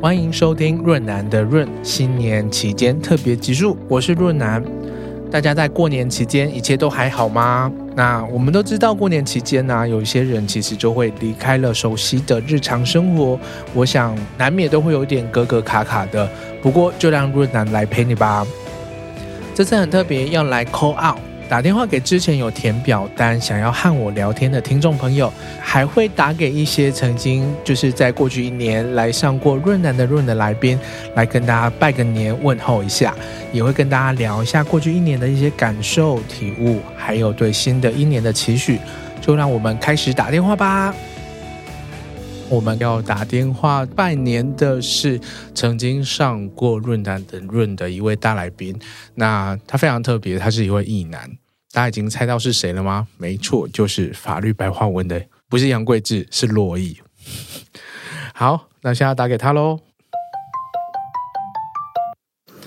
欢迎收听润南的润新年期间特别集数，我是润南。大家在过年期间一切都还好吗？那我们都知道，过年期间呢、有一些人其实就会离开了熟悉的日常生活，我想难免都会有一点格格卡卡的。不过就让润南来陪你吧。这次很特别，要来 call out，打电话给之前有填表单想要和我聊天的听众朋友，还会打给一些曾经就是在过去一年来上过润南的润的来宾，来跟大家拜个年问候一下，也会跟大家聊一下过去一年的一些感受、体悟，还有对新的一年的期许。就让我们开始打电话吧。我们要打电话拜年的是曾经上过润南的润的一位大来宾，那他非常特别，他是一位异男。大家已经猜到是谁了吗？没错，就是法律白话文的，不是杨贵志，是洛毅。 好，那现在打给他喽。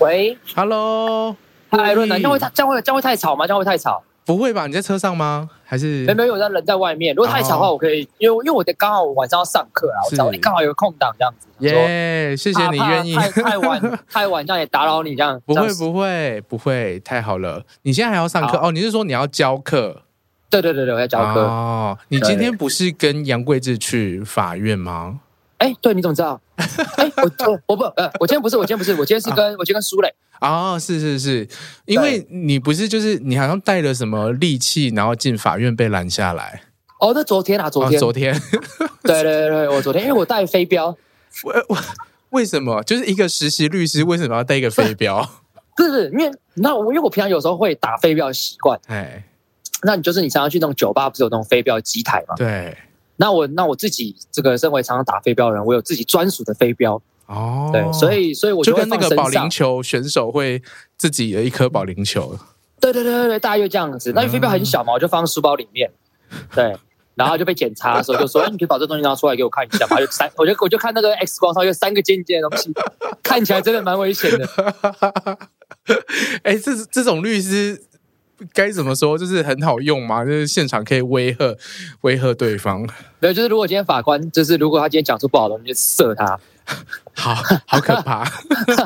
喂， Hello，嗨，润南，这样会太太这样会这样会太吵吗？这样会太吵。不会吧？你在车上吗？还是没没有，我在人在外面。如果太吵的话，哦我可以，因为因为我的刚好晚上要上课啊，我是早刚好有个空档这样子。说耶谢谢怕你怕愿意。太太晚太晚这样也打扰你这样。 不这会样不会不会，太好了！你现在还要上课好哦？你是说你要教课？对对对对，我在教课。哦，你今天不是跟杨贵志去法院吗？哎，对，你怎么知道？ 哎，我我我不呃，我今天不是，我今天不是，我今天是啊跟我今天跟苏磊。哦，是是是，因为你不是就是你好像带了什么利器，然后进法院被拦下来。哦，那昨天啊，昨哦天，昨天 对对对对，我昨天因为我带飞镖，我我 为什么就是一个实习律师为什么要带一个飞 镖？不是不是，因为那我因为我平常有时候会打飞镖的习惯，哎，那你就是你常常去那种酒吧，不是有那种飞镖机台吗？对，那我那我自己这个身为常常打飞镖的人，我有自己专属的飞镖，哦，对，所以所以我就会跟那放个身保龄上。球选手会自己的一颗保龄球， 对对对对对，大约这样子。那因为飞镖嗯很小嘛，我就放书包里面，对，然后就被检查的时候 就说，哎，你可以把这东西拿出来给我看一下嘛。就三，我就我就看那个 X 光上有三个尖尖的东西，看起来真的蛮危险的。哎、这这种律师该怎么说？就是很好用嘛，就是现场可以威吓威吓对方。没有，就是如果今天法官，就是如果他今天讲出不好的东西，就射他。 好好可怕！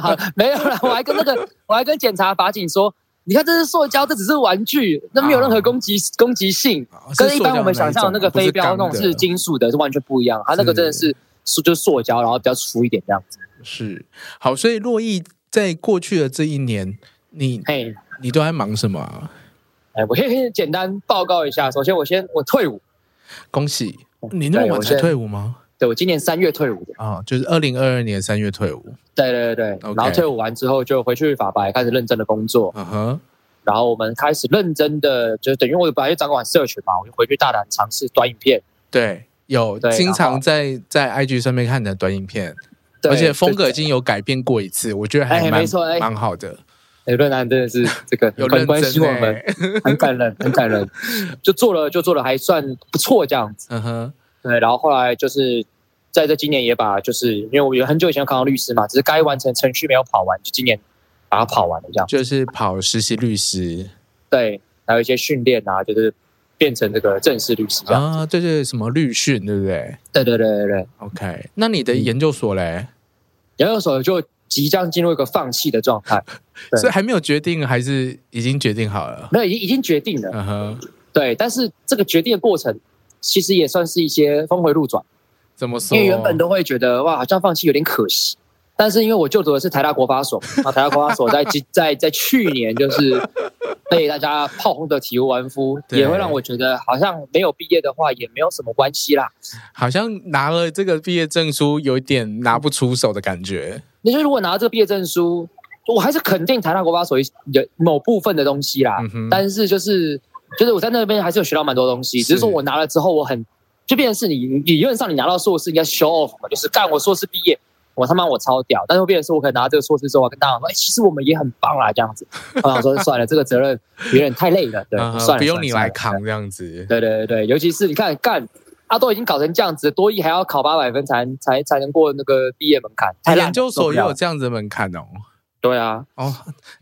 好没有啦，我还跟那个，我还跟检察法警说，你看这是塑胶，这只是玩具，那没有啊任何攻击、攻击性，啊哦跟一般我们想象的那个飞镖那种是金金属的，是完全不一样。它那个真的是塑就是塑胶，然后比较粗一点这样子。是好，所以洛毅在过去的这一年，你嘿，你都在忙什么啊、哎，我先简单报告一下。首先，我先我退伍，恭喜你那么哦对晚我才现在退伍吗？对我今年三月退伍的。啊，就是二零二二年三月退伍。对对对对 OK 然后退伍完之后就回去法白开始认真的工作，嗯哼，然后我们开始认真的，就是等于我本来就掌管社群嘛，我就回去大胆尝试短影片，对，有对经然常后在在 IG 上面看你的短影片，对而且风格已就经有改变过一次，我觉得还哎蛮、没错哎蛮好的，哎，论坛真的是这个 有很认关真心我们，欸很感人，很感人，就做了就做了还算不错这样子。嗯哼，对，然后后来就是在这今年也把，就是因为我有很久以前有考到律师嘛，只是该完成程序没有跑完，就今年把它跑完了这样。就是跑实习律师对，还有一些训练啊，就是变成这个正式律师这样。啊，对对，什么律训，对不对对对对对对， ？OK，那你嗯的研究所嘞，研究所就即将进入一个放弃的状态，对是还没有决定，还是已经决定好了？没有已经已经决定了。嗯哼，对，但是这个决定的过程其实也算是一些峰回路转。怎么说？因为原本都会觉得哇，好像放弃有点可惜。但是因为我就读的是台大国法所，啊，台大国法所在在 在在去年就是被大家炮轰的体无完肤，对也会让我觉得好像没有毕业的话也没有什么关系啦。好像拿了这个毕业证书，有一点拿不出手的感觉。你就如果拿这个毕业证书，我还是肯定台大国法所有某部分的东西啦。嗯哼，但是就是就是我在那边还是有学到蛮多东西，是只是说我拿了之后，我很就变成是你理论上你拿到硕士应该 show off 嘛，就是干我硕士毕业，我他妈我超屌，但是会变成是我可能拿这个硕士之后，我跟大家说，哎、其实我们也很棒啦，这样子。我想说 算了，这个责任有点太累 了，对，嗯哼算了，不用算了你来。算扛了这样子。对对对对，尤其是你看干。他、都已经搞成这样子，多一还要考八百分才才才能过那个毕业门槛，太烂了研究受所不也了有这样子的门槛哦。对啊，哦，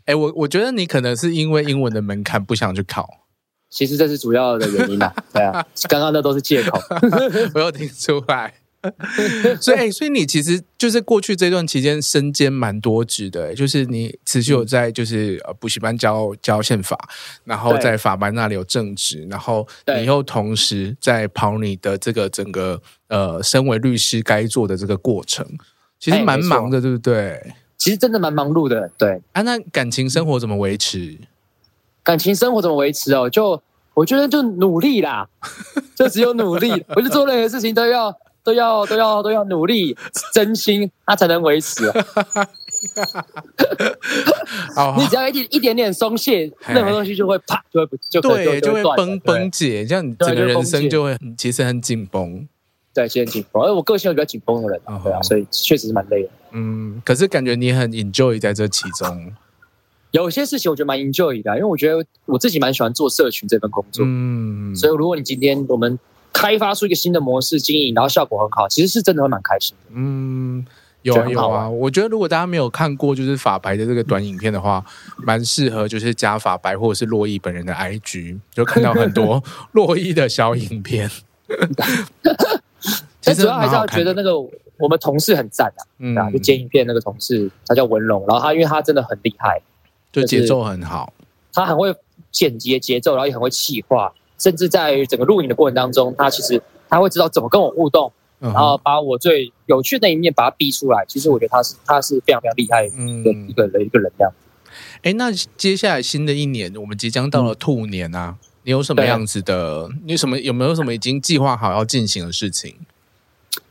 哎，我我觉得你可能是因为英文的门槛不想去考，其实这是主要的原因啦。对啊，刚刚那都是借口。我有听出来。所以、哎所以你其实就是过去这段期间身兼蛮多职的、哎就是你持续嗯有在就是呃补习班教教宪法，然后对在法班那里有正职，然后你对又同时在跑你的这个整个呃身为律师该做的这个过程，其实哎蛮没错忙的，对不对？其实真的蛮忙碌的，对。啊，那感情生活怎么维持？感情生活怎么维持哦？就我觉得就努力啦，就只有努力。我就做任何事情都要都要都要都要努力，真心，它才能维持。啊哦你只要一点一点点松懈，嘿任何东西就会啪就会不就可能对，就就会断了崩。崩解，这样你整对就个会人崩生解就会很其实很紧绷。对，对现在紧绷，而我个性又比较紧绷的人哦啊，对啊，所以确实是蛮累的。嗯，可是感觉你很 enjoy 在这其中。有些事情我觉得蛮 enjoy 的啊，因为我觉得我自己蛮喜欢做社群这份工作，嗯，所以如果你今天我们开发出一个新的模式经营，然后效果很好，其实是真的会蛮开心的。嗯，有觉得啊很有好啊。我觉得如果大家没有看过就是法白的这个短影片的话，蛮适合就是加法白或者是洛伊本人的 IG，就看到很 多洛伊的小影片。其但实主要还是蛮要好看觉得的，那个我们同事很赞啊，嗯对啊，就剪影片那个同事，他叫文龙，然后他因为他真的很厉害，就就节是奏很好。他很会剪辑节奏，然后也很会气化，甚至在整个录影的过程当中，他其实他会知道怎么跟我互动，然然后把我最有趣的一面把它逼出来。其实我觉得他是他是非常非常厉害的嗯一个人一个人这样。哎，那接下来新的一年，我们即将到了兔年啊，你有什么对样子的？你有什么有没有什么已经计划好要进行的事情？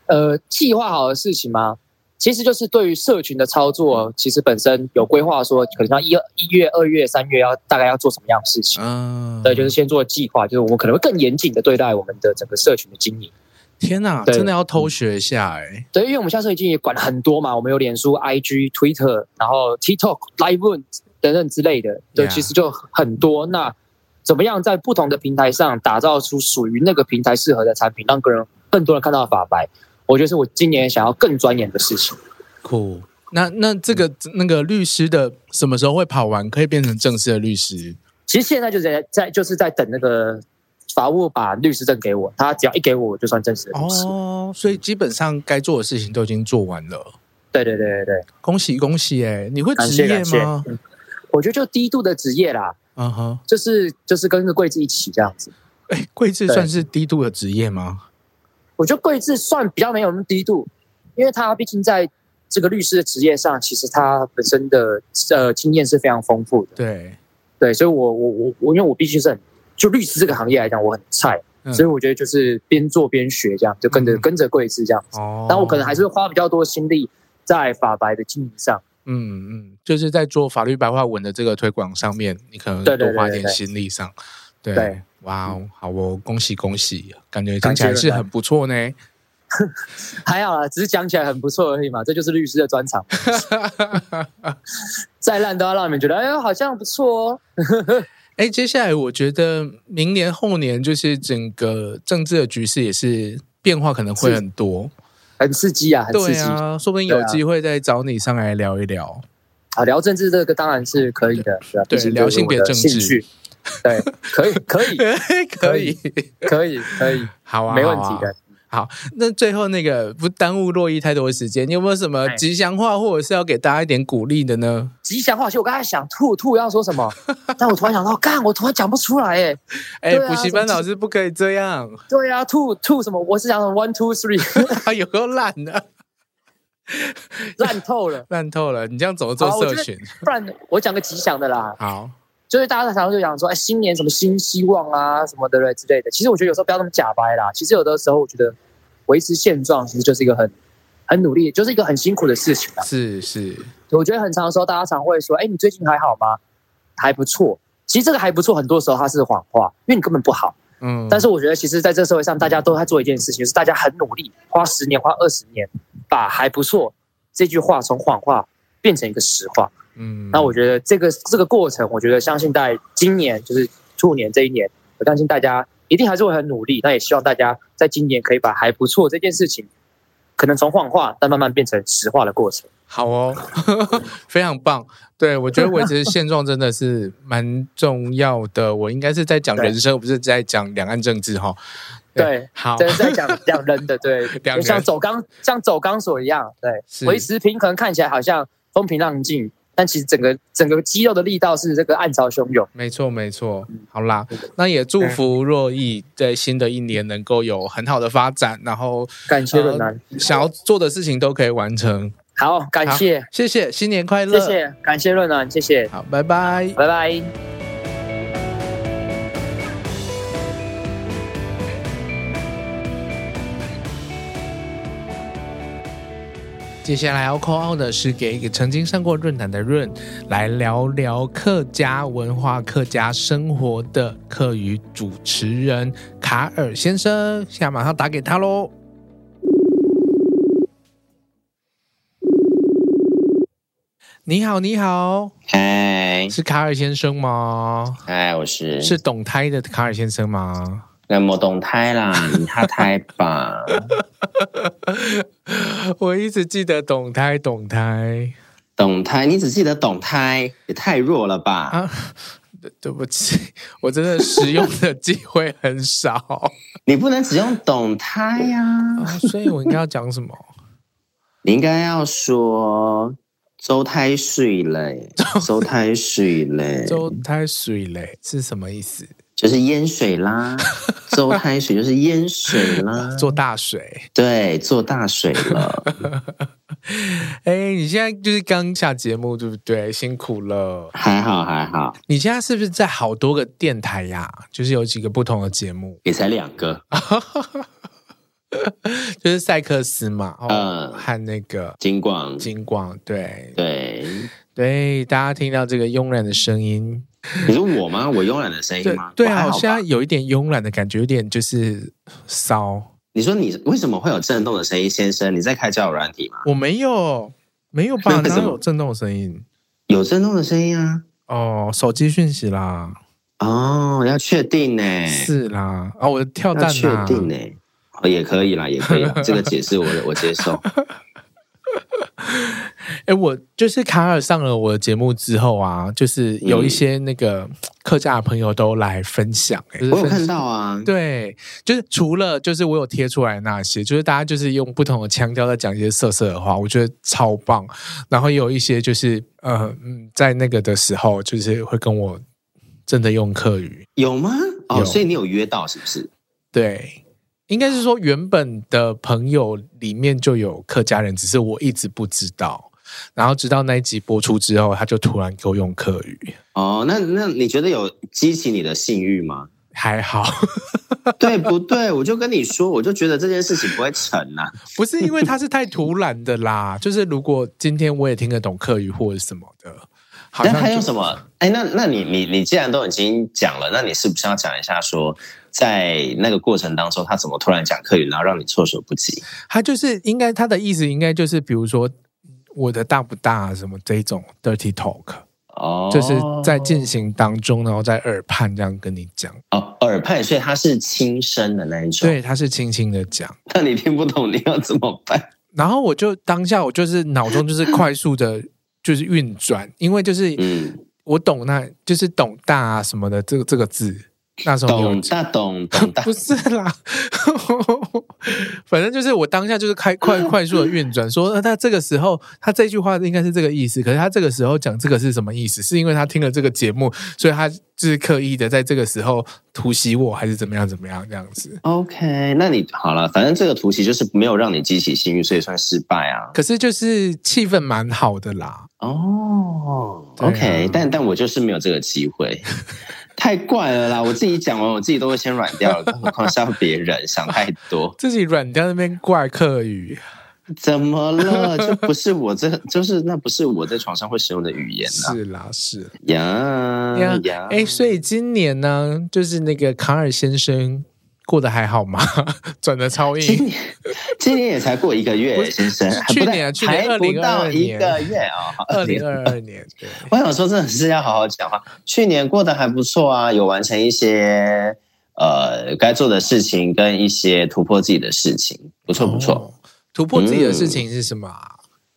呃，计划好的事情吗？其实就是对于社群的操嗯作，其实本身有规划说，可能要一一月、二月、三月要大概要做什么样的事情。嗯，对，就是先做计划，就是我们可能会更严谨的对待我们的整个社群的经营。天哪，对真的要偷学一下哎、对，因为我们现在已经也管很多嘛，我们有脸书、IG、Twitter，然后 TikTok、Live 等等之类的，对 Yeah 其实就很多。那怎么样在不同的平台上打造出属于那个平台适合的产品，让个人更多人看到法白？我觉得是我今年想要更钻研的事情。酷。那那这个嗯那个律师的什么时候会跑完，可以变成正式的律师？其实现在就是在在就是在等那个法务把律师证给我，他只要一给我，我就算正式的律师。哦，所以基本上该做的事情都已经做完了，对对对对对，恭喜恭喜哎、你会感职谢业感谢吗？。嗯我觉得就低度的职业啦，嗯哼，就是就是跟着桂枝一起这样子。哎、贵志对算是低度的职业吗？我觉得桂枝算比较没有那么低度，因为他毕竟在这个律师的职业上，其实他本身的呃经验是非常丰富的。对，对，所以我我我我，因为我毕竟是很就律师这个行业来讲，我很菜，嗯所以我觉得就是边做边学这样，就跟着、嗯跟着桂枝这样。哦，但我可能还是会花比较多心力在法白的经营上。嗯嗯，就是在做法律白话文的这个推广上面，你可能对多对对花一对点对心力上。对对哇哦，好哦，恭喜恭喜，感觉听感起来谢是感很不错呢。还好啦，只是讲起来很不错而已嘛，这就是律师的专长。 再烂都要让你们觉得，哎呦，好像不错哦。哎，接下来我觉得明年后年就是整个政治的局势也是变化可能会是很多，很刺激啊，很刺对激。啊，说不定有对啊机会再找你上来聊一聊。啊，聊政治这个当然是可以的，对吧？啊对毕竟这聊是我性别的政兴治趣，对，可以， 可以，可以，可以，可 以，好啊，没问好题啊的。那最后那个不耽误洛伊太多的时间，你有没有什么哎吉祥话，或者是要给大家一点鼓励的呢？吉祥话，其实我刚才想吐吐要说什么，但我突然想到，干，我突然讲不出来，哎，哎，对啊补习班什么老师不可以这样， 对啊，吐吐什么？我是想 one two three，啊，有够烂的，烂透了。烂透了！你这样怎么做好我觉社得群？不然我讲个吉祥的啦，好，就是大家常常就讲说，哎，新年什么新希望啊，什么的之类的。其实我觉得有时候不要那么假掰啦。其实有的时候我觉得维持现状，其实就是一个很很努力，就是一个很辛苦的事情啊。是是，我觉得很长的时候，大家常会说：“哎，你最近还好吗？还不错。”其实这个还不错，很多时候它是谎话，因为你根本不好。嗯，但是我觉得，其实在这个社会上，大家都在做一件事情，就是大家很努力，花十年、花二十年，把“还不错”这句话从谎话变成一个实话。嗯，那我觉得这个这个过程，我觉得相信在今年就是兔年这一年，我相信大家一定还是会很努力。那也希望大家在今年可以把“还不错”这件事情，可能从谎话，但慢慢变成实话的过程。好哦， 非常棒。对我觉得维持现状真的是蛮重要的。我应该是在讲人生，而不是在讲两岸政治哈。对，好，这是在讲两人的， 对，两人就像走钢像走钢索一样，是对，维持平衡看起来好像风平浪静，但其实整个整个肌肉的力道是这个暗潮汹涌。没错没错，嗯好啦，那也祝福若意在新的一年能够有很好的发展，然后感谢呃伦南，想要做的事情都可以完成。好，感好谢，谢谢，新年快乐，谢，谢，感谢论南，谢谢，好，拜拜。拜拜。接下来要 call out 的是给一个曾经上过论坛的润，来聊聊客家文化、客家生活的客语主持人卡尔先生。现在马上打给他喽。你好，你好，嗨是卡尔先生吗？嗨，我是是懂胎的卡尔先生吗？ 那么懂胎啦，你他胎吧，我一直记得懂胎，懂胎懂胎，你只记得懂胎，也太弱了吧？啊。对对不起，我真的使用 的机会很少。你不能只用懂胎呀、啊，哦所以我应该要讲什么？你应该要说周胎水嘞， 周胎水嘞，周太水嘞是什么意思？就是淹水 啦，周胎水就是淹水啦，做大水。对，做大水了，哎，你现在就是刚下节目对不对？辛苦了。还好还好，你现在是不是在好多个电台呀、就是有几个不同的节目，也才两个，就是赛克斯嘛，哦，嗯和那个金广，金广，对对，对，大家听到这个慵懒的声音，你说我吗？我慵懒的声音对吗？对我哎还啊，好我吧现在有一点慵懒的感觉，有点就是骚，你说你为什么会有震动的声音，先生？你在开交友软体吗？我没有没有吧？为什哪么有震动的声音？有震动的声音啊！哦，手机讯息啦，哦，要确定呢、是啦，啊，我的跳蛋要确啦，定呢、哦，也可以啦，也可以啦，这个解释我我接受。 哎，我就是卡尔上了我的节目之后啊，就是有一些那个客家的朋友都来分享、哎、就是我有分看到啊，对，就是除了就是我有贴出来的那些，就是大家就是用不同的腔调在讲一些色色的话，我觉得超棒。然后也有一些就是呃嗯，在那个的时候，就是会跟我真的用客语，有吗？有哦，所以你有约到是不是？对，应该是说原本的朋友里面就有客家人，只是我一直不知道。然后直到那一集播出之后，他就突然给我用客语，哦，那那你觉得有激起你的性欲吗？ 还好， 对不对？我就跟你说，我就觉得这件事情不会成啊。不是因为他是太突然的啦。就是如果今天我也听得懂客语或者什么的，好那像他就用什么？哎，那那你你你既然都已经讲了，那你是不是要讲一下说，在那个过程当中，他怎么突然讲客语，然后让你措手不及？他就是应该他的意思应该就是比如说我的大不大啊什么这一种 dirty talk，哦，就是在进行当中，然后在耳畔这样跟你讲。哦耳畔，所以他是轻声的那一种。，对，他是轻轻的讲。那你听不懂，你要怎么办？然后我就当下我就是脑中就是快速的， 就是运转，因为就是嗯，我懂那，就是懂大啊什么的这个这个字，那时候有懂大懂懂大不，是啦， 反正就是我当下就是开快快速的运转，说呃那这个时候他这句话应该是这个意思，可是他这个时候讲这个是什么意思？是因为他听了这个节目，所以他就是刻意的在这个时候突袭我，还是怎么样怎么样这样子？ OK，那你好了，反正这个突袭就是没有让你激起性欲，所以算失败啊。可是就是气氛蛮好的啦，哦、对啊 o k 但但我就是没有这个机会， 太怪了啦！我自己讲完，我自己都会先软掉了，更何况是要别人想太多，自己软掉那边怪客语。怎么了？这不是我这，就是那不是我在床上会使用的语言呐、啊。是啦，是嗯呀呀，哎，所以今年呢，就是那个卡尔先生过得还好吗？ 转的超今硬，年今年也才过一个不月，是先生，去还不到年啊去年还不到2022一年个月啊、哦，二零二二年，对，我想说，真的是要好好讲话。去年过得还不错啊，有完成一些呃该做的事情，跟一些突破自己的事情，不错不错。哦。突破自己的事情是什么啊？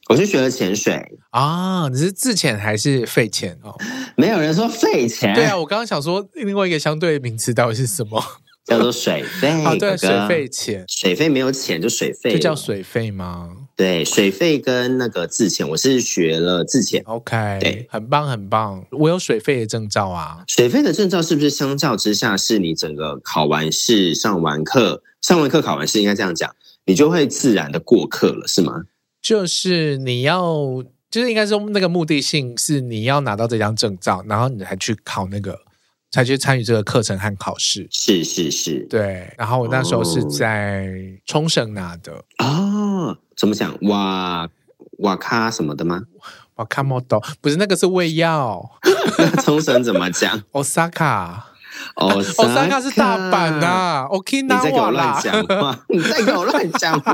我去学了潜水，啊，你是自潜还是废潜哦？没有人说费钱，啊对啊，我刚刚想说另外一个相对名词到底是什么？叫做水费。 啊，对，哥哥水费钱，水费没有钱就水费，这叫水费吗对水费跟那个自潜，我是学了自潜。哦？OK，对很棒很棒，我有水费的证照啊。水费的证照是不是相较之下，是你整个考完试、上完课、上完课考完试，应该这样讲，你就会自然的过课了，是吗？就是你要，就是应该说那个目的性是你要拿到这张证照，然后你才去考那个，才去参与这个课程和考试。是是是，对，然后我那时候是哦在冲绳拿的，哦，怎么讲？哇哇咔什么的吗？ 我看不懂，不是那个是胃药那冲绳怎么讲？ ，Osaka。 哦， Osaka 是大阪呐、啊你再给我，Okinawa 乱啦讲话！哦 你再给我乱讲 话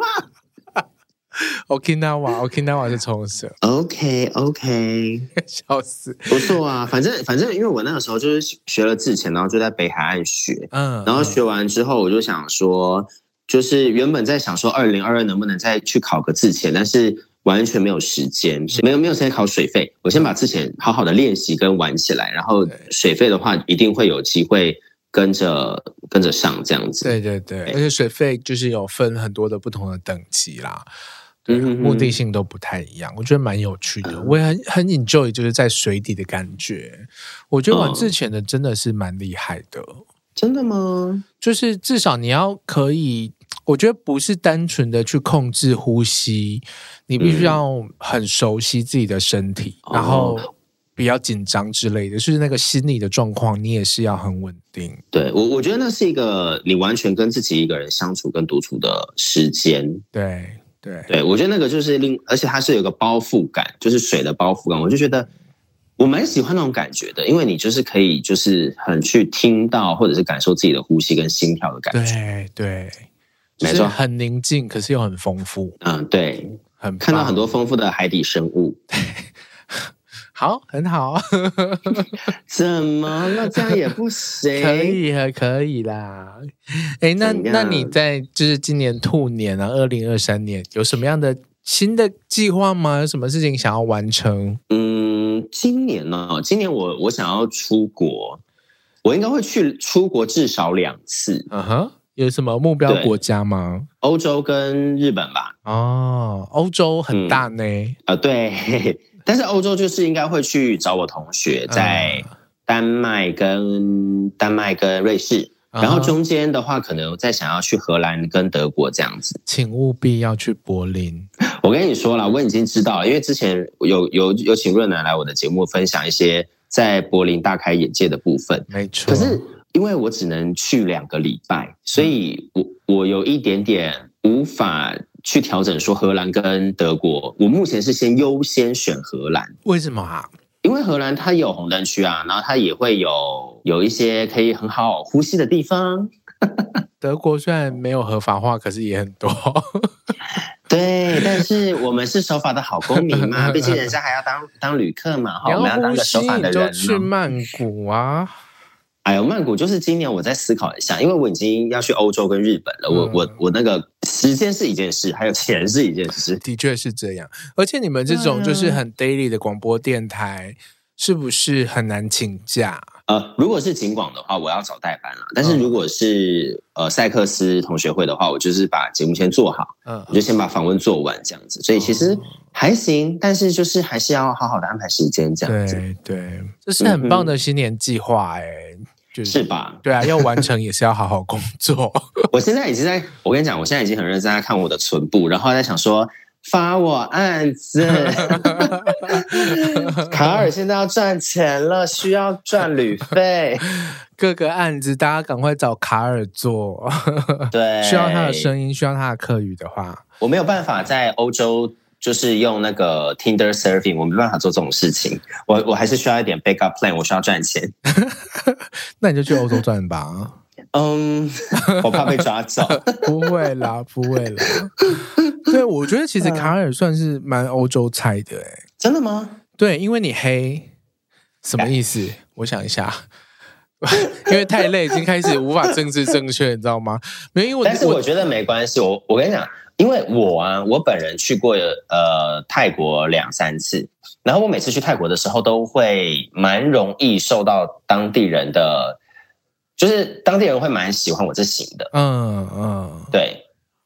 ，Okinawa，Okinawa 是冲绳， ！OK OK，笑死。不错啊，反正反正，因为我那个时候就是学了自潜，然后就在北海岸学，嗯，然后嗯学完之后，我就想说，就是原本在想说，二零二二能不能再去考个自潜，但是完全没有时嗯间，没有没有时间考水费。我先把自潜好好的练习跟玩起来，然后对水费的话，一定会有机会跟着跟着上这样子。对对对，而且水费就是有分很多的不同的等级啦，对啊，嗯哼嗯哼目的性都不太一样，我觉得蛮有趣的，我也很很 enjoy 就是在水底的感觉。我觉得玩嗯自潜的真的是蛮厉害的，真的吗？就是至少你要可以，我觉得不是单纯的去控制呼吸，你必须嗯哦要很熟悉自己的身体，然后比较紧张之类的，就是那个心理的状况，你也是要很稳定。对我，我觉得那是一个你完全跟自己一个人相处跟独处的时间，对对，对，我觉得那个就是另，而且它是有个包覆感，就是水的包覆感，我就觉得我蛮喜欢那种感觉的，因为你就是可以就是很去听到或者是感受自己的呼吸跟心跳的感觉。对对，就没是错很宁静，可是又很丰富，嗯，对，很看到棒很多丰富的海底生物，好，很好，怎么了？这样也不 行。可以了，可以啦。哎，那怎样那你在就是今年兔年啊，二零二三年有什么样的新的计划吗？有什么事情想要完成？嗯，今年呢、今年我我想要出国，我应该会去出国至少两次，嗯哼，有什么目标对国家吗？欧洲跟日本吧。哦，欧洲很大呢，啊、对，但是欧洲就是应该会去找我同学在丹麦跟丹麦跟瑞士，嗯然后嗯哼中间的话可能再想要去荷兰跟德国这样子。请务必要去柏林。我跟你说了，我已经知道了，因为之前有有有请润南来我的节目分享一些在柏林大开眼界的部分，没错，可是因为我只能去两个礼拜，所以我我有一点点无法去调整说荷兰跟德国，我目前是先优先选荷兰。为什么啊？因为荷兰它有红灯区啊，然后它也会有有一些可以很好呼吸的地方。德国虽然没有合法化，可是也很多。对，但是我们是守法的好公民 嘛，毕竟人家还要当当旅客嘛，哈，我你们要要当呼个吸，守法你的就人、去哦。曼谷啊。哎呦，曼谷就是今年我在思考一下，因为我已经要去欧洲跟日本了，我嗯我我那个时间是一件事，还有钱是一件事。的确是这样，而且你们这种对啊就是很 daily 的广播电台，是不是很难请假？呃，如果是景广的话，我要找代班了；嗯但是如果是呃赛克斯同学会的话，我就是把节目先做好，嗯我，就先把访问做完这样子，所以其哦实还行，但是就是还是要好好的安排时间这样子，嗯对对，这是很棒的新年计划哎、就是是吧？对啊，要完成也是要好好工 作。 我现在已经在，我跟你讲，我现在已经很认真在看我的存部，然后在想说发我 案子，卡尔现在要赚钱了，需要赚旅 费，各个案子大家赶快找卡尔做，对，需要他的声音，需要他的课语的话，我没有办法在欧洲。就是用那个 Tinder surfing，我没办法做这种事情，我我还是需要一点 backup plan，我需要赚钱。那你就去欧洲转 吧。嗯，我怕被 抓走。不会啦，不会啦。 对，我觉得其实卡尔算是蛮欧洲菜的哎、真的吗？对，因为你黑，什么意思？我想一下，因为太累，已经开始无法政治正确，你知道吗？没有，因为但是我觉得没关系，我我跟你讲，因为我啊，我本人去过呃泰国两三次，然后我每次去泰国的时候都会蛮容易受到当地人的，就是当地人会蛮喜欢我这型的，嗯嗯，对。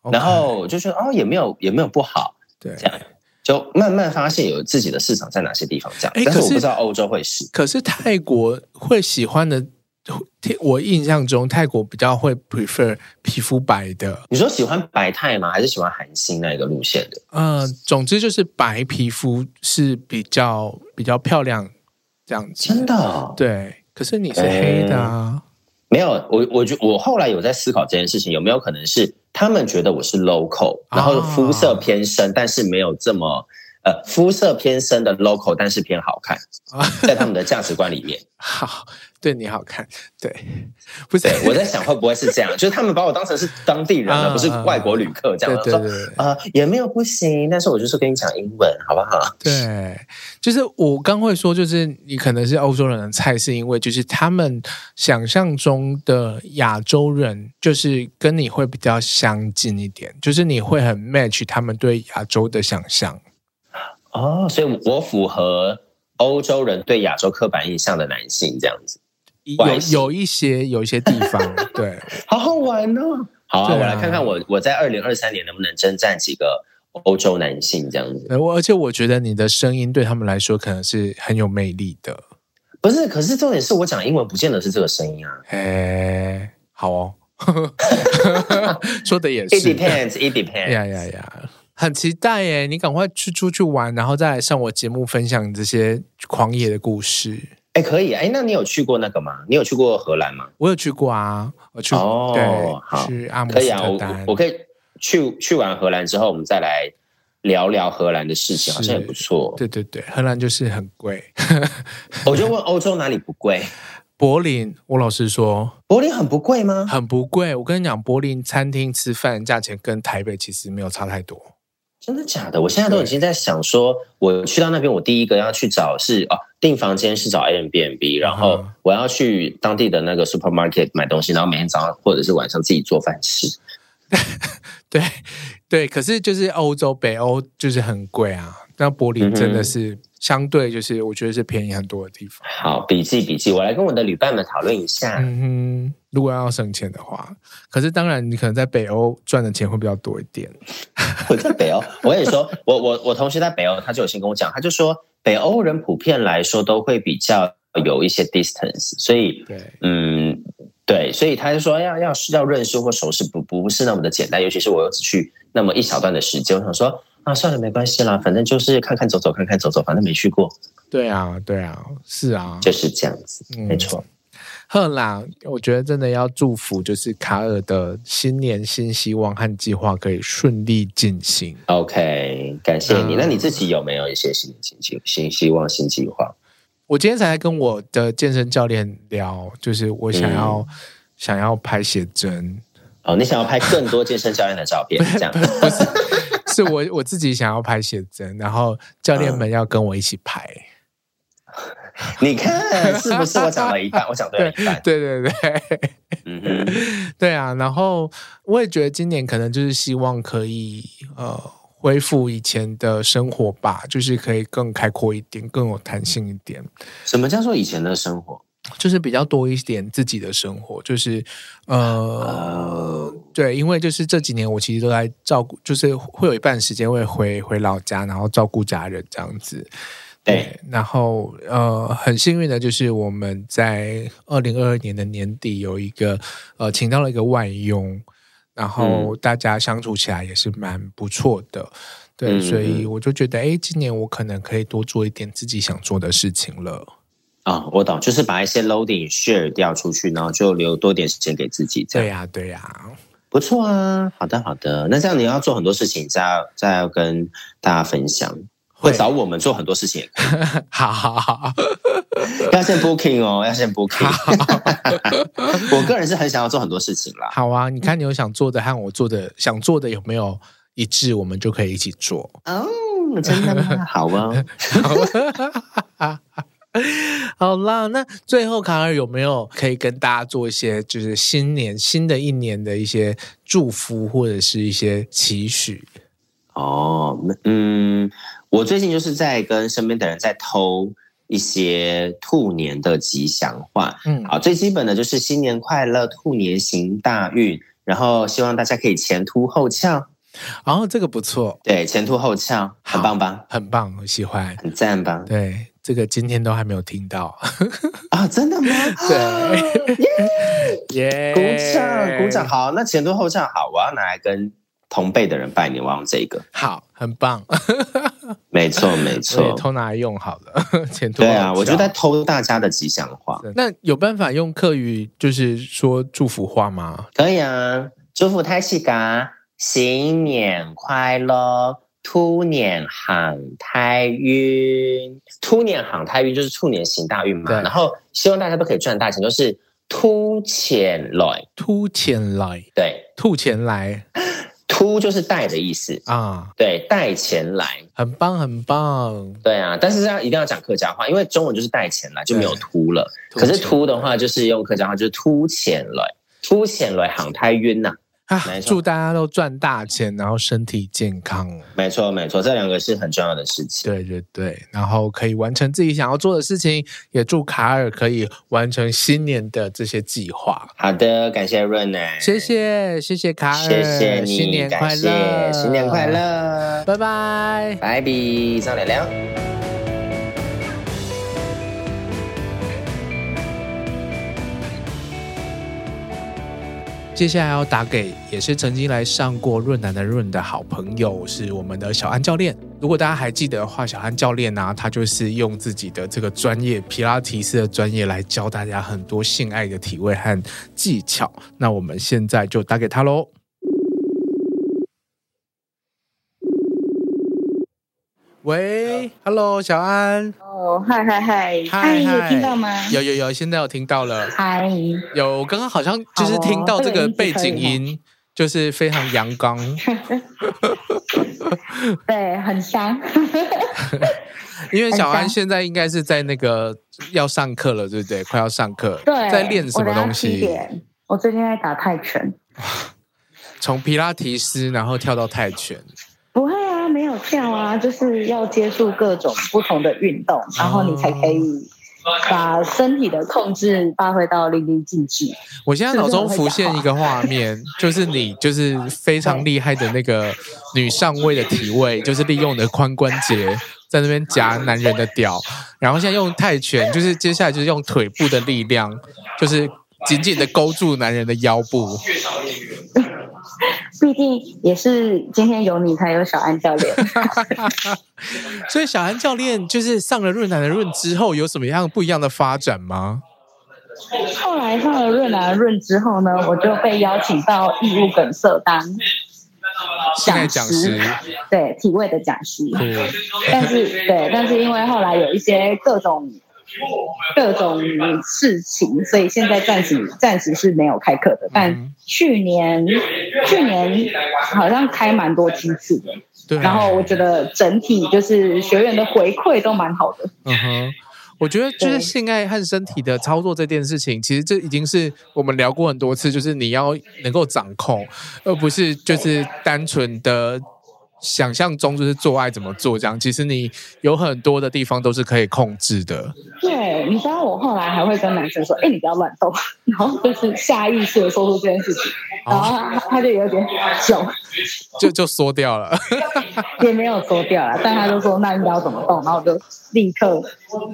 OK，然后就觉得哦，也没有也没有不好，对这。样就慢慢发现有自己的市场在哪些地方这样。哎但是可我是不知道欧洲会是，可是泰国会喜欢的，我印象中泰国比较会 prefer 皮肤白的，你说喜欢白泰吗？还是喜欢韩星那一个路线的？呃，总之就是白皮肤是比较比较漂亮这样子。真的嗯哦、对，可是你是黑的啊，没有，我我觉我后来有在思考这件事情，有没有可能是他们觉得我是 local，啊然后肤色偏深，但是没有这么呃肤色偏深的 local，但是偏好看啊， 在他们的价值观里面，好，对你好看，对，不是对我在想会不会是这样，就是他们把我当成是当地人啊了，不是外国旅客这对样，对说对呃也没有不行，但是我就是跟你讲英文，好不好？对，就是我刚会说，就是你可能是欧洲人的菜，是因为就是他们想象中的亚洲人，就是跟你会比较相近一点，就是你会很 match 他们对亚洲的想象。哦，所以我符合欧洲人对亚洲刻板印象的男性这样子，有外形有一些有一些地方，对，好好玩哦。好、啊，对啊我来看看我我在二零二三年能不能征战几个欧洲男性这样子。对我而且我觉得你的声音对他们来说可能是很有魅力的。不是，可是重点是我讲英文不见得是这个声音啊。哎，好哦， 说的也 It 是。 depends, it depends。呀呀呀！很期待耶！你赶快去出去玩，然后再来上我节目分享这些狂野的故事。哎，可以。哎，那你有去过那个吗？你有去过荷兰吗？我有去过啊，我去、哦对，好去阿姆可以斯啊，我特我丹。我可以去去完荷兰之后，我们再来聊聊荷兰的事是情，好像也不错。对对对，荷兰就是很贵。 我就问欧洲哪里不贵？柏林，我老实说柏林很不贵吗？很不贵。我跟你讲，柏林餐厅吃饭价钱跟台北其实没有差太多。 真的假的？我现在都已经在想说，我去到那边，我第一个要去找是哦，订房间是找 Airbnb，然后嗯我要去当地的那个 supermarket 买东西，然后每天早上或者是晚上自己做饭吃。对对，可是就是欧洲北欧就是很贵啊，那柏林真的嗯哼是相对就是我觉得是便宜很多的地方。好，笔记笔记，我来跟我的旅伴们讨论一下。 嗯哼，如果要省钱的话，可是当然你可能在北欧赚的钱会比较多一点。我在北欧，我跟你说，我我我同学在北欧，他就有先跟我讲，他就说北欧人普遍来说都会比较有一些 distance，所以对，嗯，对，所以他就说要要要认识或熟识不不是那么的简单，尤其是我又只去那么一小段的时间，我想说啊，算了，没关系啦，反正就是看看走走，看看走走，反正没去过，对啊，对啊，是啊，就是这样子，嗯没错。赫啦，我觉得真的要祝福，就是卡尔的新年新希望和计划可以顺利进行。 OK，感谢你。嗯那你自己有没有一些新新新新希望、新计划？我今天才跟我的健身教练聊，就是我想要、想要拍写真， 哦，你想要拍更多健身教练的照片，这样 不是，是我我自己想要拍写真，然后教练们要跟我一起拍。你看是不是？我讲了一半，我讲对了一半。对对对。嗯哼，对啊，然后我也觉得今年可能就是希望可以呃恢复以前的生活吧，就是可以更开阔一点，更有弹性一点，什么叫做以前的生活？就是比较多一点自己的生活，就是呃哦，对，因为就是这几年我其实都在照顾，就是会有一半时间会回回老家，然后照顾家人这样子。对，然后呃，很幸运的就是我们在二零二二年的年底有一个呃，请到了一个外佣，然嗯后大家相处起来也是蛮不错的。对，嗯所以我就觉得，哎，今年我可能可以多做一点自己想做的事情了。啊、我懂，就是把一些 loading share 掉出去，然后就留多点时间给自己，这对啊样呀、对呀、不错啊。好的，好的。那这样你要做很多事情，再要再要跟大家分享，会找我们做很多事情也可 好好好，以，要先 booking 哦，要先 booking。我个人是很想要做很多事情啦。好啊！你看你有想做的和我做的想做的有没有一致，我们就可以一起做。 哦，真的吗？好啊。好啦，那最后卡尔有没有可以跟大家做一些，就是新年新的一年的一些祝福或者是一些期许？哦，嗯，我最近就是在跟身边的人在偷一些兔年的吉祥话。嗯，好，最基本的就是新年快乐，兔年行大运，然后希望大家可以前凸后翘，然后这个不错，对，前凸后翘，很棒吧？很棒，我喜欢。很赞吧？对，这个今天都还没有听到，啊，真的吗？ 对 耶、鼓掌，鼓掌。，好，那前凸后翘，好，我要拿来跟同辈的人拜年，我要用这个。好，很棒，没错， 没所以错。偷拿来用好了， 前途对啊，我就觉在得。偷大家的吉祥话。那有办法用客语就是说祝福话吗？可以啊，祝福泰西嘎，新年快乐，兔年行太运，兔年行太运就是兔年行大运嘛。对然后希望大家都可以赚大钱，就是突钱来，突前来，对，吐钱来突就是带的意思，啊，对，带钱来。很棒，很棒。对啊，但是要一定要讲客家话，因为中文就是带钱来就没有秃了。对可凸是钱秃的话，就是用客家话就是凸钱来，凸钱来行太晕呐、啊没，错祝大家都赚大钱，然后身体健康。没错没错，这两个是很重要的事情。对对对，然后可以完成自己想要做的事情，也祝卡尔可以完成新年的这些计划。好的，感谢润南，谢，谢谢谢卡尔，嗯谢谢你，新年快感谢乐，新年快，乐，拜拜。拜拜，张亮亮。接下来要打给也是曾经来上过润南的润的好朋友，是我们的小安教练。如果大家还记得的话，小安教练呢、他就是用自己的这个专业皮拉提斯的专业来教大家很多性爱的体位和技巧。那我们现在就打给他喽。喂，Hello，小安，哦，嗨嗨嗨，嗨嗨，有嗨听到吗？有有有，现在有听到了。嗨，有，刚刚好像就是好哦听到这这个个音质背可以景音，就是非常阳刚。对，很香。因为小很安香现在应该是在那个要上课了，对不对？快要上课，对，在练什么东我等下七西？点我最近在打泰拳。从皮拉提斯，然后跳到泰拳。不会啊，没有跳啊，就是要接触各种不同的运动，然后你才可以哦把身体的控制发挥到淋漓尽致。我现在是脑不是中很会浮讲现话一个画 面，就是你就是非常厉害的那个女上位的体位，就是利用你的髋关节在那边夹男人的屌，然后现在用泰拳，就是接下来就是用腿部的力量，就是紧紧的勾住男人的腰部。毕竟也是今天有你，才有小安教练。 所以小安教练就是上了润南的润之后，有什么样不一样的发展吗？后来上了润南润之后呢，我就被邀请到义务梗社当性爱讲师，嗯对体位的讲师。酷但是对，但是因为后来有一些各种各种事情，所以现在暂时暂时是没有开课的。但嗯去年去年好像开蛮多梯次的，对啊。然后我觉得整体就是学员的回馈都蛮好的。嗯哼，我觉得就是对性爱和身体的操作这件事情，其实这已经是我们聊过很多次，就是你要能够掌控，而不是就是单纯的想象中就是做爱怎么做这样。其实你有很多的地方都是可以控制的。对，你知道我后来还会跟男生说：“哎，你不要乱动。” 然后就是下意识的说出这件事情，然哦，后他他就有点囧，就就缩掉了。 也没有说掉了，但他就说：“那应该要怎么动？”然后我就立刻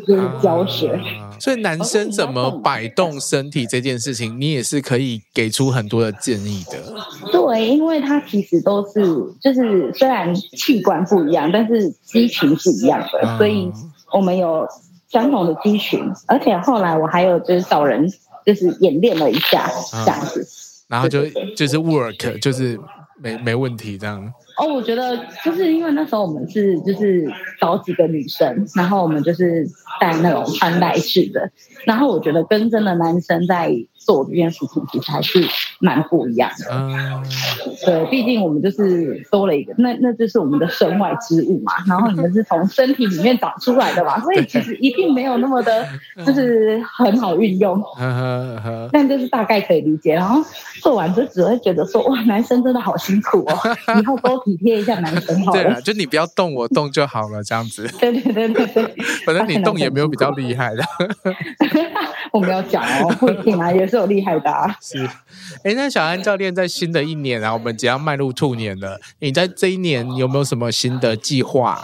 就是教学。啊所以男生怎么摆动身体这件事情，你也是可以给出很多的建议的。对，因为它其实都是，就是虽然器官不一样，但是肌群是一样的，嗯所以我们有相同的肌群，而且后来我还有就是找人就是演练了一下、嗯这样子。然后就对对对就是 work，就是没没问题这样。哦，我觉得就是因为那时候我们是就是找几个女生，然后我们就是带那种穿戴式的，然后我觉得跟真的男生在做这件事情，其实还是蛮不一样的。嗯，对，毕竟我们就是多了一个，那那就是我们的身外之物嘛。然后你们是从身体里面长出来的嘛，所以其实一定没有那么的，就是很好运用。呵呵呵，但就是大概可以理解，然后做完就只会觉得说，哇，男生真的好辛苦哦，以后多体贴一下男生好对啊了了，。就你不要动，我动就好了，这样 子，对对对对对，反正你动也没有比较厉害的。我没有讲哦，不一定啊，也是有厉害的啊。 是，哎，那小安教练在新的一年啊，我们即将迈入兔年了，你在这一年有没有什么新的计划？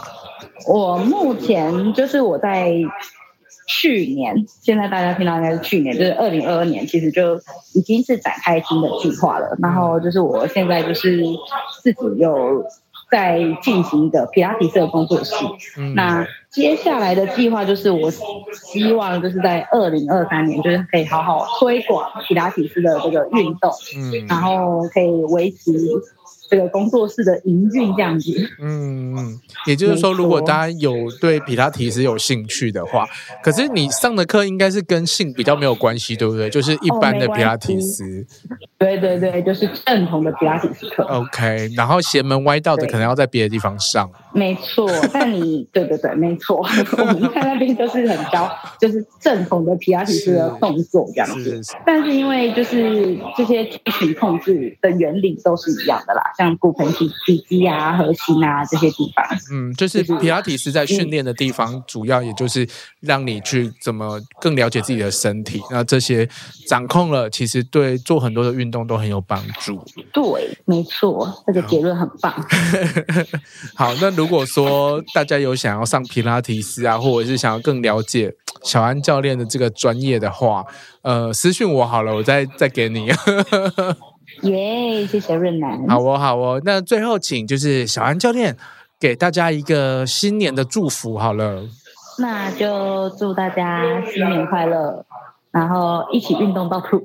我目前就是我在去年，现在大家听到应该是去年，就是二零二二年，其实就已经是展开新的计划了。然后就是我现在就是自己有在进行一个皮拉提斯的工作室，嗯，那接下来的计划就是，我希望就是在二零二三年，就是可以好好推广皮拉提斯的这个运动，嗯然后可以维持这个工作室的营运这样子。嗯，嗯，也就是说，没错如果大家有对皮拉提斯有兴趣的话，可是你上的课应该是跟性比较没有关系，对不对？就是一般的皮拉提斯、对对对，就是正统的皮拉提斯课， o k 然后邪门歪道的对可能要在别的地方上。没错。但你 对对对，没 错，我们在那边就是很教，就是正统的皮拉提斯的动作这样子。是是，但是因为就是这些肌群控制的原理都是一样的啦，像骨盆底底肌啊、核心啊这些地方。嗯，就是就是皮拉提斯在训练的地方，主要也就是让你去怎么更了解自己的身体。那这些掌控了，其实对做很多的运动都很有帮助。对，没错，这个结论很棒。好，那如果说大家有想要上皮拉提斯啊，或者是想要更了解小安教练的这个专业的话，呃，私讯我好了，我再再给你。 耶、谢谢润南。好哦，好哦。那最后请就是小安教练给大家一个新年的祝福好了。那就祝大家新年快乐，然后一起运动到吐。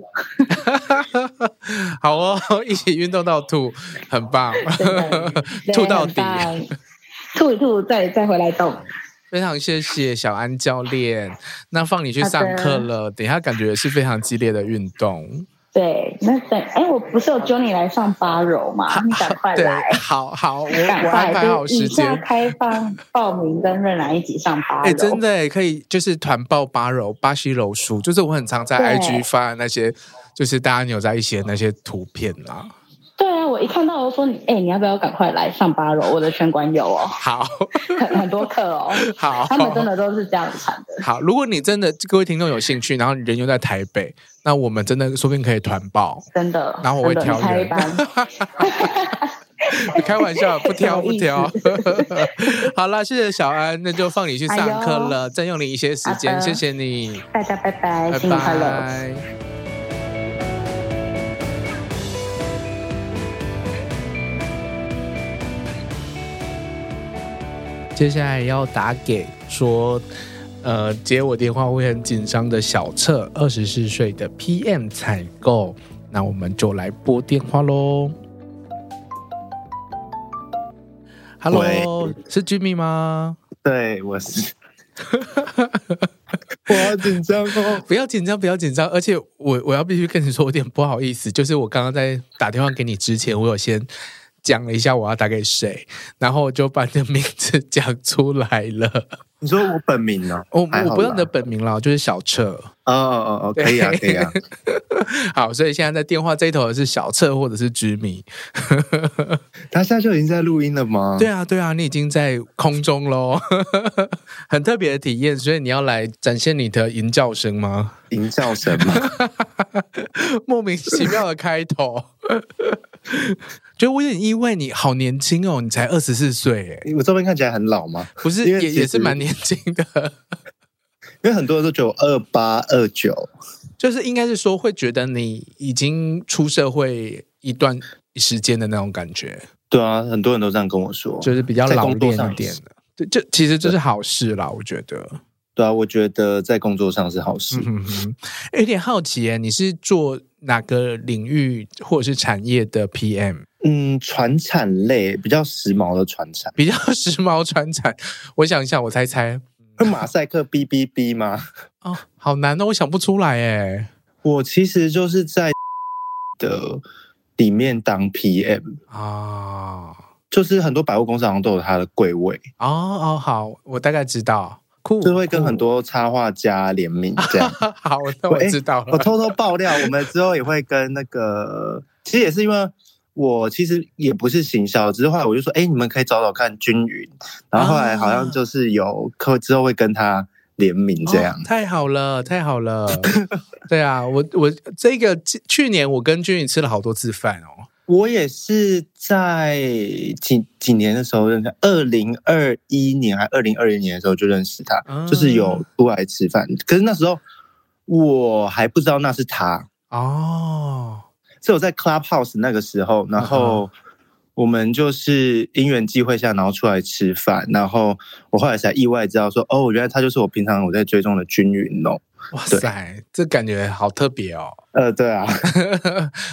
好哦， 一起运动到吐，很棒 真的，吐到底对。很棒吐一吐，再再回来动。非常谢谢小安教练，那放你去好的上课了。等一下感觉也是非常激烈的运动，对，那等哎，我不是有揪你来上八柔吗？你赶快对来，，好好，我赶我安快，排好就是时以下间。开放报名跟润南一起上八柔。哎、真的欸可以，就是团报八柔巴西柔术，就是我很常在对 IG 发的那些，就是大家扭在一起的那些图片啦。对啊，我一看到我说你，哎、你要不要赶快来上八楼？我的拳馆有哦， 好很很多课哦，好，他们真的都是这样传的。好。如果你真的各位听众有兴趣，然后你人又在台北，那我们真的说不定可以团报。真的，然后我会真的挑你开人一班，你开玩笑，不挑哎什么不意思挑。 好啦，谢谢小安，那就放你去上哎课了，占用你一些时间，好的谢谢你，大家拜拜，拜新年快乐。拜。接下来要打给说，呃，接我电话会很紧张的小策，二十四岁的 PM 采购，那我们就来拨电话喽。Hello，喂是 Jimmy 吗？对，我是， 我好紧张哦。不要紧张，不要紧张。而且我我要必须跟你说，有点不好意思，就是我刚刚在打电话给你之前，我有先讲了一下我要打给谁，然后我就把你的名字讲出来 了。你说我本名呢、哦我还好我啦不用你的本名了，就是小彻。哦哦哦，可以啊，可以 啊。好，所以现在在电话这一头的是小彻或者是居米。他现在就已经在录音了吗？对啊，对啊，你已经在空中喽， 很特别的体验。所以你要来展现你的吟叫声吗？吟叫声嘛。 莫名其妙的开头，觉得我有点意外，你好年轻哦，你才二十四岁耶，我照片看起来很老吗？不是因也为其实也是蛮年轻的，因为很多人都觉得我二八二九，就是应该是说会觉得你已经出社会一段时间的那种感觉，对啊，很多人都这样跟我说。就是比较老在工作练上一点的。对，这其实这是好事啦，我觉得。对啊，我觉得在工作上是好事。嗯哼哼，有点好奇耶，你是做哪个领域或者是产业的 PM？嗯，传产类比较时髦的传产，比较时髦传产，我想一下，我猜猜，会马赛克 B B B 吗？ 哦，好难哦，我想不出来哎。我其实就是在的里面当 PM，哦就是很多百货公司好像都有它的柜位，哦哦，好，我大概知道，酷，就会跟酷很多插画家联名这样。 好，那我喂知道我了，偷偷爆料，我们之后也会跟那个，其实也是因为我其实也不是行销，只是后来我就说，哎、你们可以找找看均匀，然后后来好像就是有可之后会跟他联名这样哦。太好了，太好了， 对啊，我我这个去年我跟君宇吃了好多次饭哦，我也是在几几年的时候认识，二零二一年还二零二零年的时候就认识他，啊就是有出来吃饭，可是那时候我还不知道那是他，哦，是我在 Clubhouse 那个时候，然后我们就是因缘际会下，然后出来吃饭，然后我后来才意外知道说，哦，原来他就是我平常我在追踪的均匀哦。哇塞，这感觉好特别哦， 呃，对啊，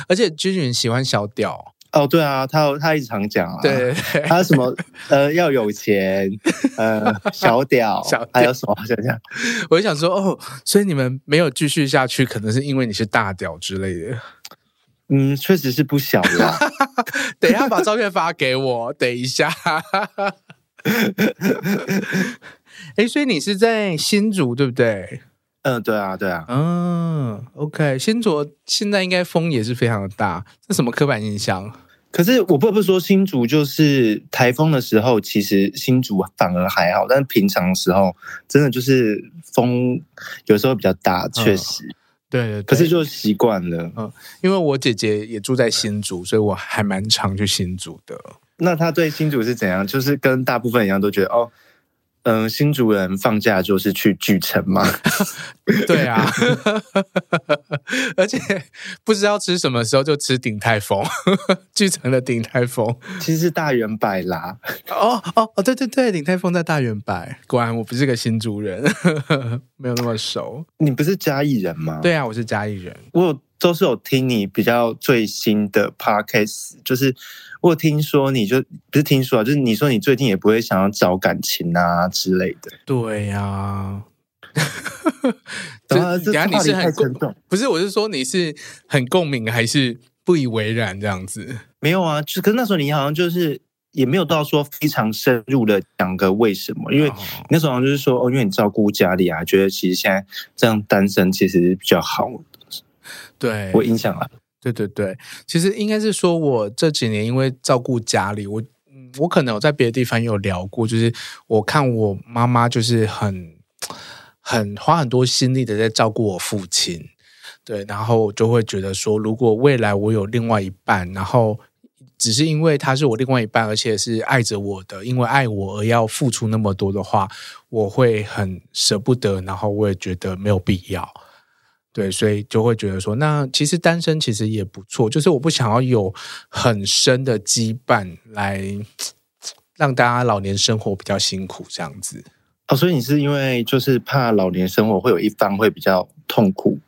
而且君宇喜欢小屌，哦，对啊，他他一直常讲啊，，对，他什么呃要有钱，呃小屌，小屌还有什么好想想， 我就想说哦，所以你们没有继续下去，可能是因为你是大屌之类的。嗯，确实是不小啦。等一下把照片发给我，等一 下。哎，所以你是在新竹对不对？嗯、对啊，对啊，嗯，OK，新竹现在应该风也是非常的大，这什么刻板印象？可是我不得不说，新竹就是台风的时候，其实新竹反而还好，但是平常的时候真的就是风有时候比较大，确实。对对对，可是就习惯了。因为我姐姐也住在新竹，所以我还蛮常去新竹的。那他对新竹是怎样？就是跟大部分一样，都觉得哦，嗯、新竹人放假就是去巨城嘛。对啊， 而且不知道吃什么时候就吃鼎泰丰， 巨城的鼎泰丰。其实是大圆百啦，哦哦哦，对对对，鼎泰丰在大圆白，果然我不是个新竹人，没有那么熟。你不是嘉义人吗？，对啊，我是嘉义人。我有都是有听你比较最新的 podcast，就是我有听说你就不是听说啊，就是你说你最近也不会想要找感情啊之类的。对呀、 啊。然后等啊这下你话题是太很沉共，重。不是？我是说你是很共鸣，还是不以为然这样子？没有啊，就是可是那时候你好像就是也没有到说非常深入的讲个为什么，因为哦那时候好像就是说哦，因为你照顾家里啊，觉得其实现在这样单身其实比较好。对，我印象啊，对对对，其实应该是说，我这几年因为照顾家里，我嗯我可能有在别的地方也有聊过，就是我看我妈妈就是很很花很多心力的在照顾我父亲，对，然后我就会觉得说，如果未来我有另外一半，然后只是因为他是我另外一半，而且是爱着我的，因为爱我而要付出那么多的话，我会很舍不得，然后我也觉得没有必要。对，所以就会觉得说，那其实单身其实也不错，就是我不想要有很深的羁绊来让大家老年生活比较辛苦这样子。哦，所以你是因为就是怕老年生活会有一方会比较痛苦，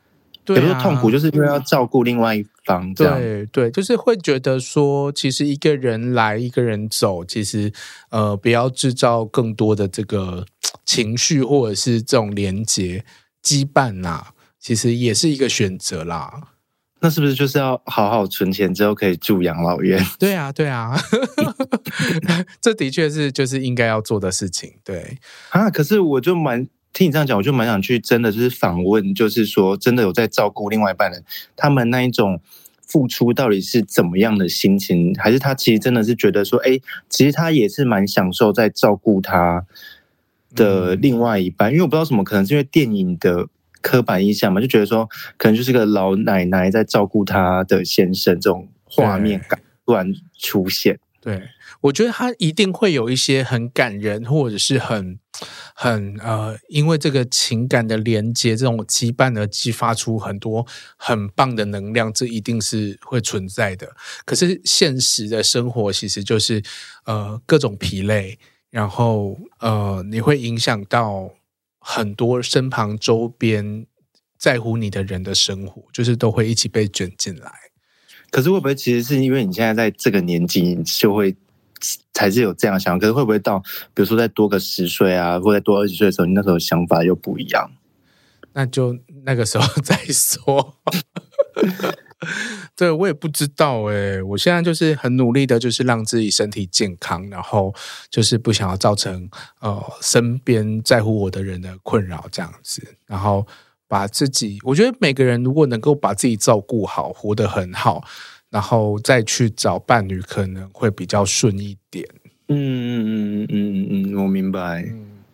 对、也啊，不是痛苦，就是因为要照顾另外一方这样。对对，就是会觉得说，其实一个人来，一个人走，其实呃，不要制造更多的这个情绪或者是这种连结羁绊啦、其实也是一个选择啦。那是不是就是要好好存钱之后可以住养老院？对啊，对啊， 这的确是就是应该要做的事情。对，啊，可是我就蛮听你这样讲，我就蛮想去真的就是访问，就是说真的有在照顾另外一半人，他们那一种付出到底是怎么样的心情？还是他其实真的是觉得说，哎、其实他也是蛮享受在照顾他的嗯另外一半，因为我不知道什么，可能是因为电影的。刻板印象嘛，就觉得说可能就是个老奶奶在照顾她的先生，这种画面感突然出现。对，我觉得他一定会有一些很感人，或者是很很呃，因为这个情感的连接，这种羁绊而激发出很多很棒的能量，这一定是会存在的。可是现实的生活其实就是呃各种疲累，然后呃你会影响到很多身旁周边在乎你的人的生活，就是都会一起被卷进来。可是会不会其实是因为你现在在这个年纪，你就会才是有这样的想法？可是会不会到比如说再多个十岁啊，或者再多二十岁的时候，你那时候想法又不一样？那就那个时候 再说。 对，我也不知道哎、我现在就是很努力的，就是让自己身体健康，然后就是不想要造成呃身边在乎我的人的困扰这样子，然后把自己，我觉得每个人如果能够把自己照顾好，活得很好，然后再去找伴侣，可能会比较顺一点。嗯嗯嗯嗯嗯，嗯，我明白。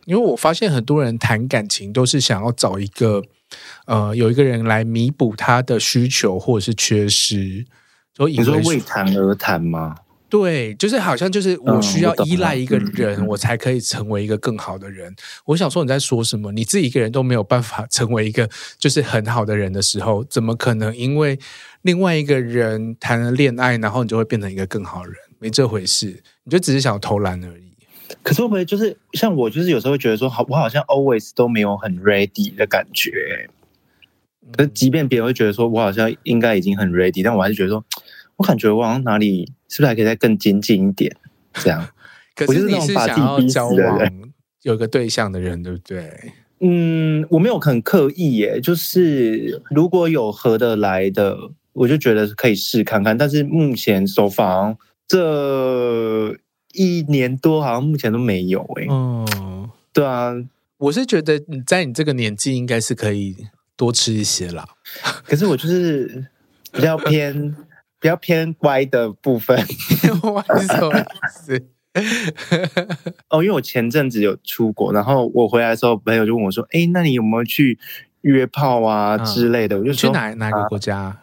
因为我发现很多人谈感情都是想要找一个，呃，有一个人来弥补他的需求或者是缺失，就以你说为为谈而谈吗？对，就是好像就是我需要我懂依赖一个了嗯人，嗯嗯嗯我才可以成为一个更好的人。我想说你在说什么？你自己一个人都没有办法成为一个就是很好的人的时候，怎么可能因为另外一个人谈了恋爱，然后你就会变成一个更好人？没这回事，你就只是想偷懒而已。可是会不会就是像我，就是有时候会觉得说，好，我好像 always 都没有很 ready 的感觉。嗯可是即便别人会觉得说我好像应该已经很 ready，但我还是觉得说，我感觉我好像哪里是不是还可以再更精进一点？这样，可我就是是你那种是把想自己要逼死交的往有一个对象的人，对不对？嗯，我没有很刻意耶，就是如果有合得来的，我就觉得可以试看看。但是目前手房这一年多，好像目前都没有哎。嗯，对啊，我是觉得你在你这个年纪应该是可以多吃一些啦。 可是我就是比较偏比较偏乖的部分我是什么意思？哦，因为我前阵子有出国，然后我回来的时候，朋友就问我说：“哎，那你有没有去约炮啊嗯之类的？” 我就你去说哪哪个国家？：“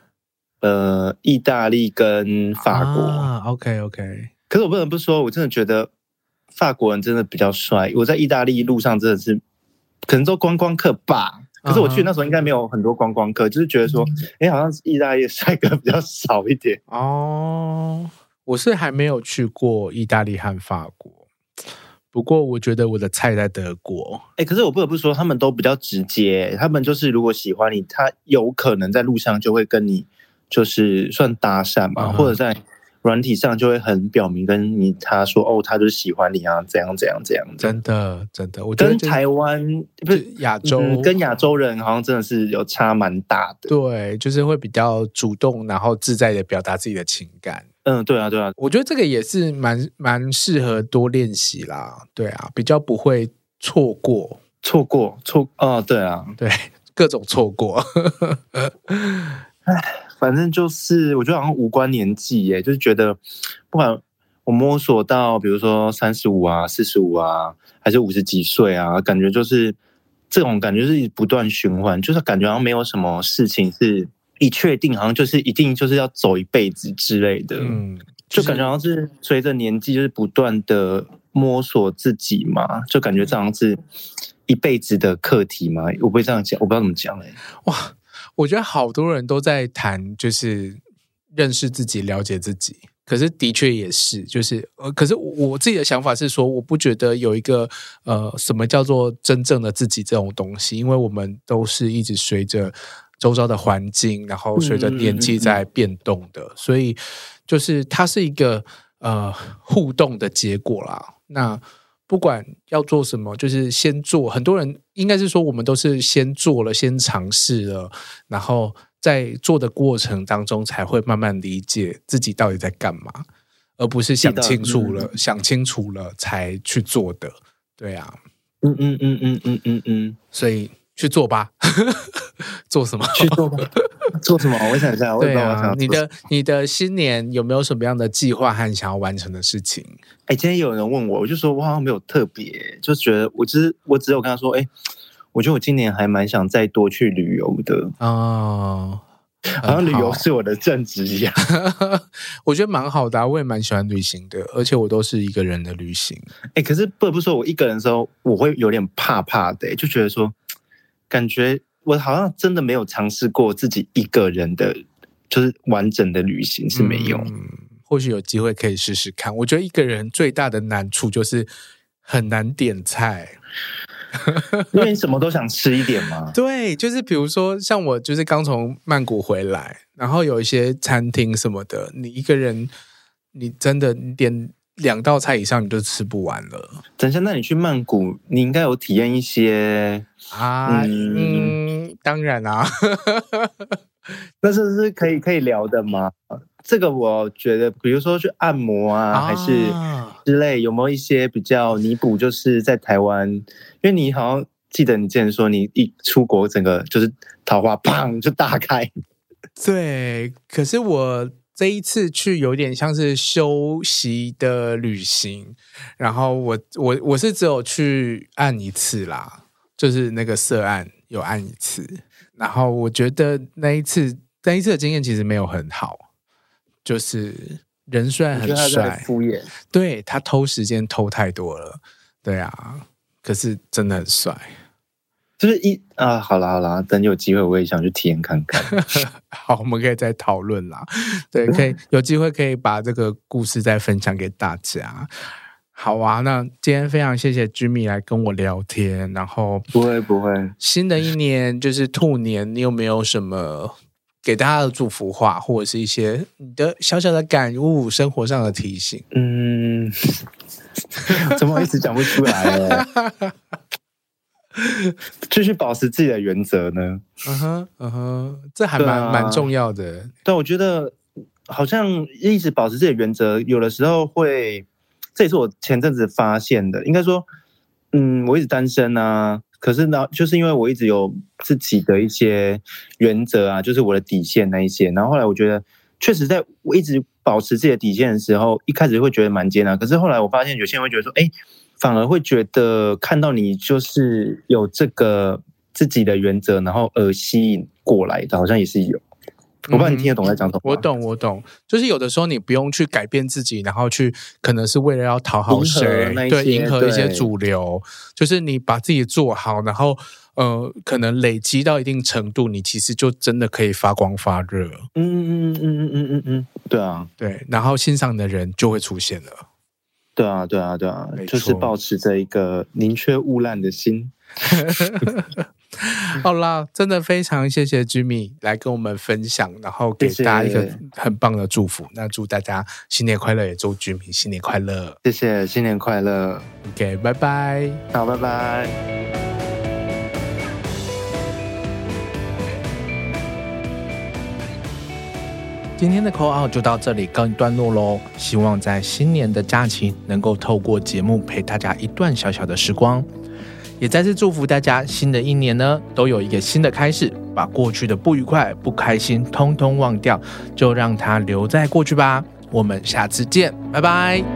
呃，意大利跟法国。啊、OK OK，可是我不得不说，我真的觉得法国人真的比较帅。我在意大利路上真的是，可能都观光客吧。可是我去那时候应该没有很多观光客，就是觉得说，嗯哎、好像是意大利的帅哥比较少一点。哦，我是还没有去过意大利和法国，不过我觉得我的菜在德国。哎、可是我不得不说，他们都比较直接，他们就是如果喜欢你，他有可能在路上就会跟你就是算搭讪嘛，嗯哼或者在软体上就会很表明跟你他说哦，他就是喜欢你啊，怎样怎样怎样的。真的真的，我觉得跟就台湾不就是亚洲、嗯跟亚洲人好像真的是有差蛮大的。对，就是会比较主动，然后自在的表达自己的情感。嗯，对啊，对啊，我觉得这个也是蛮蛮适合多练习啦，对啊，比较不会错过，错过错哦，对啊，对各种错过。 反正就是我觉得好像无关年纪耶，就是觉得不管我摸索到比如说三十五啊、四十五啊，还是五十几岁啊，感觉就是这种感觉是不断循环，就是感觉好像没有什么事情是一确定，好像就是一定就是要走一辈子之类的。嗯，就感觉好像是随着年纪，就是不断的摸索自己嘛，就感觉这好像是一辈子的课题嘛。我不会这样讲，我不知道怎么讲哎、哇，我觉得好多人都在谈，就是认识自己、了解自己。可是的确也是，就是呃，可是我我自己的想法是说，我不觉得有一个呃，什么叫做真正的自己这种东西，因为我们都是一直随着周遭的环境，然后随着年纪在变动的，所以就是它是一个呃互动的结果啦。那不管要做什么，就是先做。很多人应该是说，我们都是先做了，先尝试了，然后在做的过程当中，才会慢慢理解自己到底在干嘛，而不是想是的清楚了、嗯想清楚了才去做的。对啊，嗯嗯嗯嗯嗯嗯嗯，所以去做吧， 做什么？去做吧。做什么？我想一下，我也对不知道我想啊要，做你什么。的你的新年有没有什么样的计划和想要完成的事情？哎、今天有人问我，我就说我好像没有特别、就觉得我只是我只有跟他说，哎、我觉得我今年还蛮想再多去旅游的，哦，好像旅游很是我的正职一样。 我觉得蛮好的、啊，我也蛮喜欢旅行的，而且我都是一个人的旅行。哎、可是不得不说，我一个人的时候，我会有点怕怕的、欸就觉得说，感觉我好像真的没有尝试过自己一个人的，就是完整的旅行是没有。嗯，或许有机会可以试试看。我觉得一个人最大的难处就是很难点菜。。因为你什么都想吃一点嘛 对，就是比如说像我，就是刚从曼谷回来，然后有一些餐厅什么的，你一个人，你真的你点两道菜以上你就吃不完了等一下，那你去曼谷，你应该有体验一些，啊。嗯嗯，当然啦、那是不是可以可以聊的吗？这个我觉得，比如说去按摩啊，啊，还是之类，有没有一些比较弥补？就是在台湾，因为你好像记得你之前说，你一出国，整个就是桃花砰就 大开，对，可是我这一次去有点像是休息的旅行，然后我我我是只有去按一次啦，就是那个涉案有按一次，然后我觉得那一次那一次的经验其实没有很好，就是人虽然我很觉得他在帅，敷衍。对他偷时间偷太多了，对啊，可是真的很帅。就是一啊，好啦好啦，等有机会我也想去体验看看。 好，我们可以再讨论啦。对， 可以有机会可以把这个故事再分享给大家。好啊，那今天非常谢谢 Jimmy 来跟我聊天。然后不会不会，新的一年就是兔年，你有没有什么给大家的祝福话，或者是一些你的小小的感悟、生活上的提醒？嗯，怎么一直讲不出 来了？继续保持自己的原则呢？嗯哼，嗯哼，这还对蛮、啊蛮重要的。对，啊我觉得好像一直保持自己的原则，有的时候会，这也是我前阵子发现的。应该说，嗯，我一直单身啊，可是呢，就是因为我一直有自己的一些原则啊，就是我的底线那一些。然后后来我觉得，确实在我一直保持自己的底线的时候，一开始会觉得蛮艰难，可是后来我发现有些人会觉得说，哎，反而会觉得看到你就是有这个自己的原则，然后而吸引过来的，好像也是有。我不知道你听得懂我在讲什么。我，懂，我懂，就是有的时候你不用去改变自己，然后去可能是为了要讨好迎合谁那，一对，些迎合一些对主流，就是你把自己做好，然后呃，可能累积到一定程度，你其实就真的可以发光发热，嗯嗯嗯嗯嗯嗯嗯，对啊，对，然后欣赏的人就会出现 了。对啊，对啊，对啊没，就是错保持着一个宁缺毋滥的心。好啦，真的非常谢谢 Jimmy 来跟我们分享，然后给谢谢大家一个很棒的祝福。那祝大家新年快乐，也祝 Jimmy 新年快乐。谢谢，新年快乐！ OK，拜拜。好，拜拜。今天的 call out 就到这里告一段落喽。希望在新年的假期能够透过节目陪大家一段小小的时光，也再次祝福大家新的一年呢都有一个新的开始，把过去的不愉快、不开心通通忘掉，就让它留在过去吧。我们下次见，拜拜。